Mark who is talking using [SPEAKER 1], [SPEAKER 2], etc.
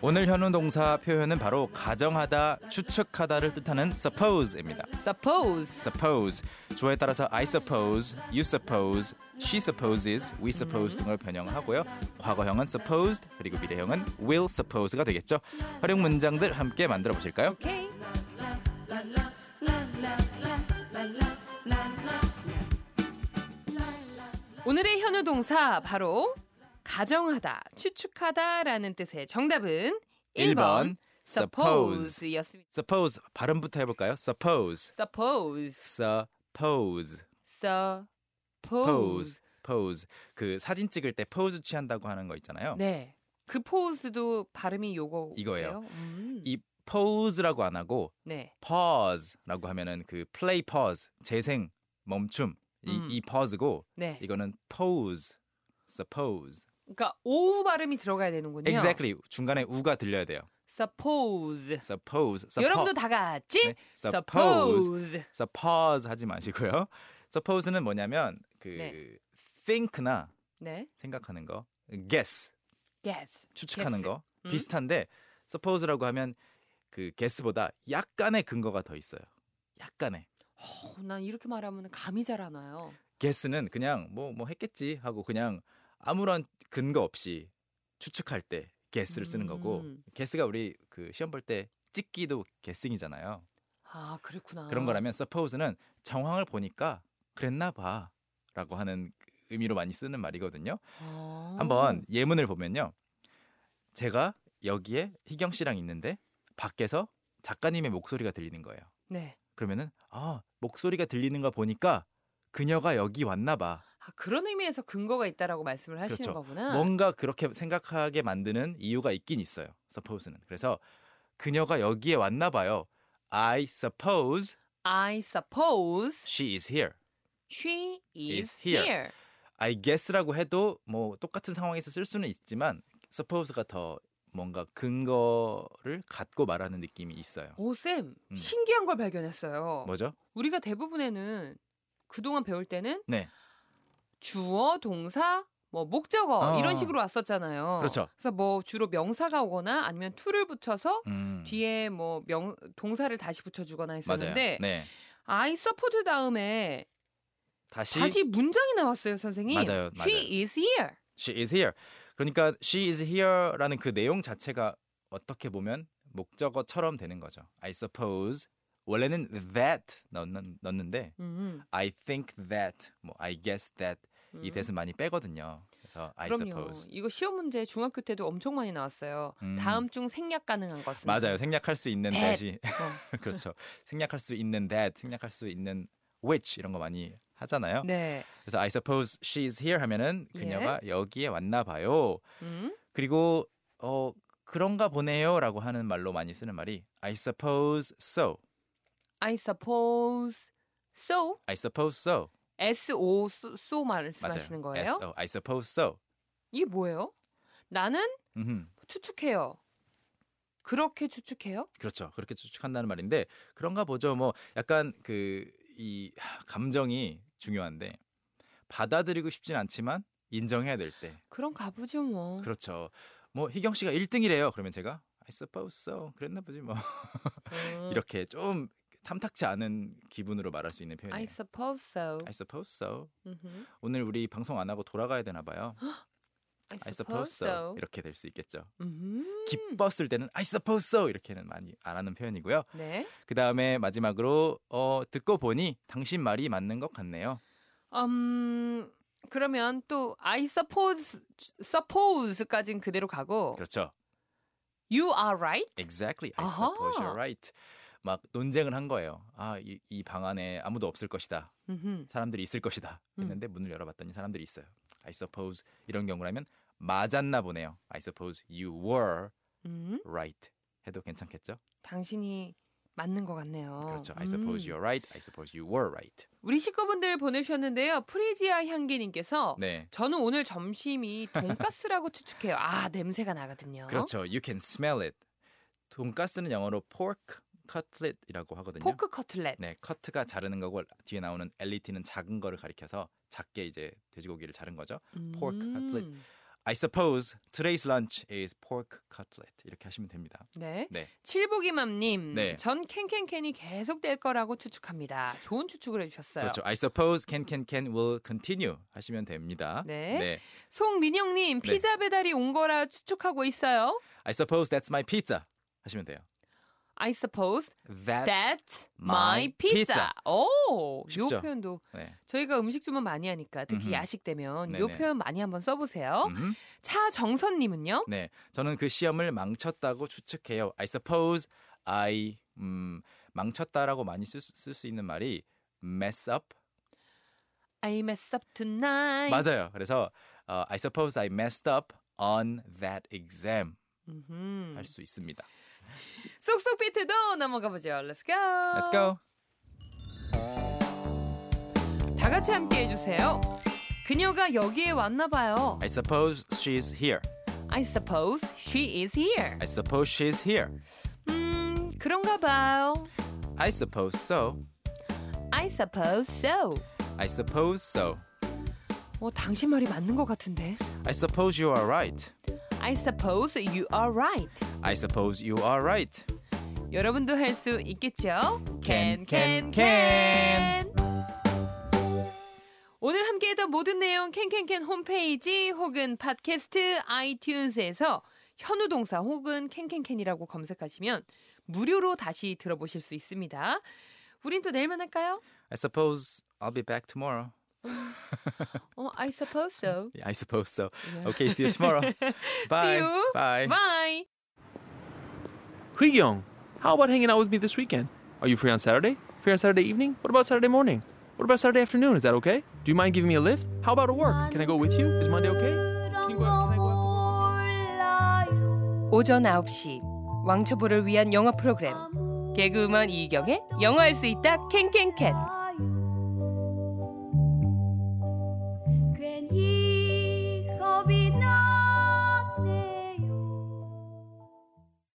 [SPEAKER 1] 오늘 현우 동사 표현은 바로 가정하다, 추측하다를 뜻하는 suppose입니다.
[SPEAKER 2] Suppose.
[SPEAKER 1] suppose 주어에 따라서 I suppose, you suppose, she supposes, we suppose 등을 변형하고요. 과거형은 supposed 그리고 미래형은 will suppose가 되겠죠. 활용 문장들 함께 만들어 보실까요?
[SPEAKER 2] 오케이. 오늘의 현우 동사 바로 가정하다, 추측하다라는 뜻의 정답은 1번 suppose였습니다.
[SPEAKER 1] suppose 발음부터 해볼까요? suppose,
[SPEAKER 2] suppose.
[SPEAKER 1] suppose,
[SPEAKER 2] suppose.
[SPEAKER 1] pose, pose 그 사진 찍을 때 포즈 취한다고 하는 거 있잖아요.
[SPEAKER 2] 네. 그 포즈도 발음이 요거
[SPEAKER 1] 이거예요.
[SPEAKER 2] 음.
[SPEAKER 1] 이 pose라고 안 하고
[SPEAKER 2] 네.
[SPEAKER 1] pause라고 하면은 그 play pause 재생 멈춤 이,
[SPEAKER 2] 음.
[SPEAKER 1] 이 pause고
[SPEAKER 2] 네.
[SPEAKER 1] 이거는 pose suppose
[SPEAKER 2] 그러니까 오우 발음이 들어가야 되는군요.
[SPEAKER 1] exactly 중간에 우가 들려야 돼요
[SPEAKER 2] suppose.
[SPEAKER 1] suppose suppo-
[SPEAKER 2] 여러분도 다 같이
[SPEAKER 1] 네, suppose
[SPEAKER 2] suppose.
[SPEAKER 1] suppose 하지 마시고요 suppose는 뭐냐면 그
[SPEAKER 2] 네.
[SPEAKER 1] think나
[SPEAKER 2] 네.
[SPEAKER 1] 생각하는 거 guess
[SPEAKER 2] guess.
[SPEAKER 1] 추측하는
[SPEAKER 2] guess.
[SPEAKER 1] 거
[SPEAKER 2] 음.
[SPEAKER 1] 비슷한데 suppose라고 하면 그 guess보다 약간의 근거가 더 있어요 약간의
[SPEAKER 2] 어, 난 이렇게 말하면 감이 잘 안 와요.
[SPEAKER 1] guess는 그냥 뭐 뭐 했겠지 하고 그냥 아무런 근거 없이 추측할 때 guess를 쓰는 거고
[SPEAKER 2] 음.
[SPEAKER 1] guess가 우리 그 시험 볼 때 찍기도 guessing이잖아요.
[SPEAKER 2] 아, 그렇구나.
[SPEAKER 1] 그런 거라면 suppose는 정황을 보니까 그랬나 봐라고 하는 그 의미로 많이 쓰는 말이거든요.
[SPEAKER 2] 아.
[SPEAKER 1] 한번 예문을 보면요. 제가 여기에 희경 씨랑 있는데 밖에서 작가님의 목소리가 들리는 거예요.
[SPEAKER 2] 네.
[SPEAKER 1] 그러면은 아, 목소리가 들리는 거 보니까 그녀가 여기 왔나 봐.
[SPEAKER 2] 아, 그런 의미에서 근거가 있다라고 말씀을 하시는
[SPEAKER 1] 그렇죠.
[SPEAKER 2] 거구나.
[SPEAKER 1] 뭔가 그렇게 생각하게 만드는 이유가 있긴 있어요. suppose는. 그래서 그녀가 여기에 왔나 봐요. I suppose
[SPEAKER 2] I suppose
[SPEAKER 1] she is here.
[SPEAKER 2] she is
[SPEAKER 1] is here.
[SPEAKER 2] here.
[SPEAKER 1] I guess라고 해도 뭐 똑같은 상황에서 쓸 수는 있지만 suppose가 더 뭔가 근거를 갖고 말하는 느낌이 있어요.
[SPEAKER 2] 오, 쌤.
[SPEAKER 1] 음.
[SPEAKER 2] 신기한 걸 발견했어요.
[SPEAKER 1] 뭐죠?
[SPEAKER 2] 우리가 대부분에는 그동안 배울 때는
[SPEAKER 1] 네.
[SPEAKER 2] 주어, 동사, 뭐 목적어
[SPEAKER 1] 어.
[SPEAKER 2] 이런 식으로 왔었잖아요.
[SPEAKER 1] 그렇죠.
[SPEAKER 2] 래서뭐 주로 명사가 오거나 아니면 to를 붙여서
[SPEAKER 1] 음.
[SPEAKER 2] 뒤에 뭐 명 동사를 다시 붙여주거나
[SPEAKER 1] 맞아요.
[SPEAKER 2] 했었는데
[SPEAKER 1] 네.
[SPEAKER 2] I suppose 다음에
[SPEAKER 1] 다시,
[SPEAKER 2] 다시 문장이 나왔어요, 선생님.
[SPEAKER 1] 맞아요,
[SPEAKER 2] She is here.
[SPEAKER 1] she is here. 그러니까 she is here라는 그 내용 자체가 어떻게 보면 목적어처럼 되는 거죠. I suppose 원래는 that 넣는, 넣는데
[SPEAKER 2] 음,
[SPEAKER 1] I think that 뭐 I guess that
[SPEAKER 2] 음.
[SPEAKER 1] 이 대신 많이 빼거든요. 그래서 I
[SPEAKER 2] 그럼요.
[SPEAKER 1] suppose
[SPEAKER 2] 이거 시험 문제 중학교 때도 엄청 많이 나왔어요.
[SPEAKER 1] 음.
[SPEAKER 2] 다음 중 생략 가능한 것은
[SPEAKER 1] 맞아요. 생략할 수 있는
[SPEAKER 2] That.
[SPEAKER 1] 대신
[SPEAKER 2] 어,
[SPEAKER 1] 그렇죠. 생략할 수 있는 that 생략할 수 있는 which 이런 거 많이 하잖아요.
[SPEAKER 2] 네.
[SPEAKER 1] 그래서 I suppose she is here 하면은 그녀가
[SPEAKER 2] 예.
[SPEAKER 1] 여기에 왔나 봐요.
[SPEAKER 2] 음.
[SPEAKER 1] 그리고 어 그런가 보네요라고 하는 말로 많이 쓰는 말이 I suppose so.
[SPEAKER 2] I suppose so.
[SPEAKER 1] I suppose so.
[SPEAKER 2] S O so
[SPEAKER 1] 맞아요.
[SPEAKER 2] 말씀하시는 거예요?
[SPEAKER 1] S-O. I suppose so.
[SPEAKER 2] 이게 뭐예요? 나는
[SPEAKER 1] 음흠.
[SPEAKER 2] 추측해요. 그렇게 추측해요?
[SPEAKER 1] 그렇죠. 그렇게 추측한다는 말인데 그런가 보죠. 뭐 약간 그 이 감정이 중요한데 받아들이고 싶진 않지만 인정해야 될 때.
[SPEAKER 2] 그럼 가보죠 뭐.
[SPEAKER 1] 그렇죠. 뭐 희경 씨가 1등이래요. 그러면 제가 I suppose so. 그랬나 보지 뭐.
[SPEAKER 2] 음,
[SPEAKER 1] 이렇게 좀 탐탁치 않은 기분으로 말할 수 있는
[SPEAKER 2] I
[SPEAKER 1] 표현이에요.
[SPEAKER 2] suppose so.
[SPEAKER 1] I suppose so.
[SPEAKER 2] 음흠.
[SPEAKER 1] 오늘 우리 방송 안 하고 돌아가야 되나 봐요.
[SPEAKER 2] I
[SPEAKER 1] I suppose so. 이렇게 될 수 있겠죠.
[SPEAKER 2] 음흠.
[SPEAKER 1] 기뻤을 때는 I suppose so 이렇게는 많이 안 하는 표현이고요.
[SPEAKER 2] 네.
[SPEAKER 1] 그 다음에 마지막으로 어, 듣고 보니 당신 말이 맞는 것 같네요.
[SPEAKER 2] 음 그러면 또 I suppose suppose까진 그대로 가고
[SPEAKER 1] 그렇죠.
[SPEAKER 2] You are right.
[SPEAKER 1] Exactly. I
[SPEAKER 2] 아하.
[SPEAKER 1] suppose you're right. 막 논쟁을 한 거예요. 아, 이, 이 방안에 아무도 없을 것이다.
[SPEAKER 2] 음흠.
[SPEAKER 1] 사람들이 있을 것이다.
[SPEAKER 2] 음.
[SPEAKER 1] 했는데 문을 열어봤더니 사람들이 있어요. I suppose 이런 경우라면 맞았나 보네요. I suppose you were
[SPEAKER 2] 음,
[SPEAKER 1] right. 해도 괜찮겠죠?
[SPEAKER 2] 당신이 맞는 것 같네요.
[SPEAKER 1] 그렇죠. I suppose
[SPEAKER 2] 음.
[SPEAKER 1] you're right. I suppose you were right.
[SPEAKER 2] 우리 식구분들 보내주셨는데요. 프리지아 향기님께서
[SPEAKER 1] 네.
[SPEAKER 2] 저는 오늘 점심이 돈가스라고 추측해요. 아 냄새가 나거든요.
[SPEAKER 1] 그렇죠. You can smell it. 돈가스는 영어로 pork cutlet이라고 하거든요.
[SPEAKER 2] 포크 커틀렛.
[SPEAKER 1] 네, 커트가 자르는 거고 뒤에 나오는 엘리티는 작은 거를 가리켜서 작게 이제 돼지고기를 자른 거죠. 포크 커틀렛.
[SPEAKER 2] 음,
[SPEAKER 1] I suppose today's lunch is pork cutlet 이렇게 하시면 됩니다.
[SPEAKER 2] 네.
[SPEAKER 1] 네.
[SPEAKER 2] 칠보기맘님,
[SPEAKER 1] 네.
[SPEAKER 2] 전 캔캔캔이 계속 될 거라고 추측합니다. 좋은 추측을 해주셨어요.
[SPEAKER 1] 그렇죠. I suppose can can can will continue 하시면 됩니다.
[SPEAKER 2] 네.
[SPEAKER 1] 네.
[SPEAKER 2] 송민영님,
[SPEAKER 1] 네.
[SPEAKER 2] 피자 배달이 온 거라 추측하고 있어요.
[SPEAKER 1] I suppose that's my pizza 하시면 돼요.
[SPEAKER 2] I suppose
[SPEAKER 1] That's,
[SPEAKER 2] that's my
[SPEAKER 1] my
[SPEAKER 2] pizza.
[SPEAKER 1] pizza.
[SPEAKER 2] 오, 요
[SPEAKER 1] 쉽죠?
[SPEAKER 2] 표현도
[SPEAKER 1] 네.
[SPEAKER 2] 저희가 음식 주문 많이 하니까 특히
[SPEAKER 1] 음흠.
[SPEAKER 2] 야식 되면 요
[SPEAKER 1] 네네.
[SPEAKER 2] 표현 많이 한번 써보세요.
[SPEAKER 1] 음.
[SPEAKER 2] 차정선님은요?
[SPEAKER 1] 네. 저는 그 시험을 망쳤다고 추측해요. I suppose I 음, 망쳤다라고 많이 쓸 수 있는 말이 mess up
[SPEAKER 2] I mess up tonight.
[SPEAKER 1] 맞아요. 그래서 어, I suppose I messed up on that exam
[SPEAKER 2] 음흠.
[SPEAKER 1] 할 수 있습니다.
[SPEAKER 2] 쏙쏙 비트도 넘어가 보죠. Let's go.
[SPEAKER 1] Let's go.
[SPEAKER 2] 다 같이 함께 해주세요. 그녀가 여기에 왔나 봐요.
[SPEAKER 1] I suppose she's here.
[SPEAKER 2] I suppose she is here.
[SPEAKER 1] I suppose she's here.
[SPEAKER 2] 음, 그런가 봐요.
[SPEAKER 1] I suppose so.
[SPEAKER 2] I suppose so.
[SPEAKER 1] I suppose so.
[SPEAKER 2] 어, 당신 말이 맞는 것 같은데.
[SPEAKER 1] I suppose you are right.
[SPEAKER 2] I suppose you are right.
[SPEAKER 1] I suppose you are right.
[SPEAKER 2] 여러분도 할 수 있겠죠?
[SPEAKER 1] Can, can,
[SPEAKER 2] can. 오늘 함께했던 모든 내용 캔캔캔 홈페이지 혹은 팟캐스트 아이튠즈에서 현우 동사 혹은 캔캔캔이라고 검색하시면 무료로 다시 들어보실 수 있습니다. 우린 또 내일 만날까요?
[SPEAKER 1] I suppose I'll be back tomorrow.
[SPEAKER 2] 어, I suppose so.
[SPEAKER 1] Yeah, I suppose so.
[SPEAKER 2] Yeah.
[SPEAKER 1] Okay, see you tomorrow. Bye.
[SPEAKER 2] See you.
[SPEAKER 1] Bye.
[SPEAKER 2] Bye.
[SPEAKER 3] Young, how about hanging out with me this weekend? Are you free on Saturday? Free on Saturday evening? What about Saturday morning? What about Saturday afternoon? Is that okay? Do you mind giving me a lift? How about at work? Can I go with you? Is Monday okay? Can you go out, can I go out?
[SPEAKER 2] 오전 9시 왕초보를 위한 영어 프로그램 개그우먼 이경의 영어할 수 있다 캔캔캔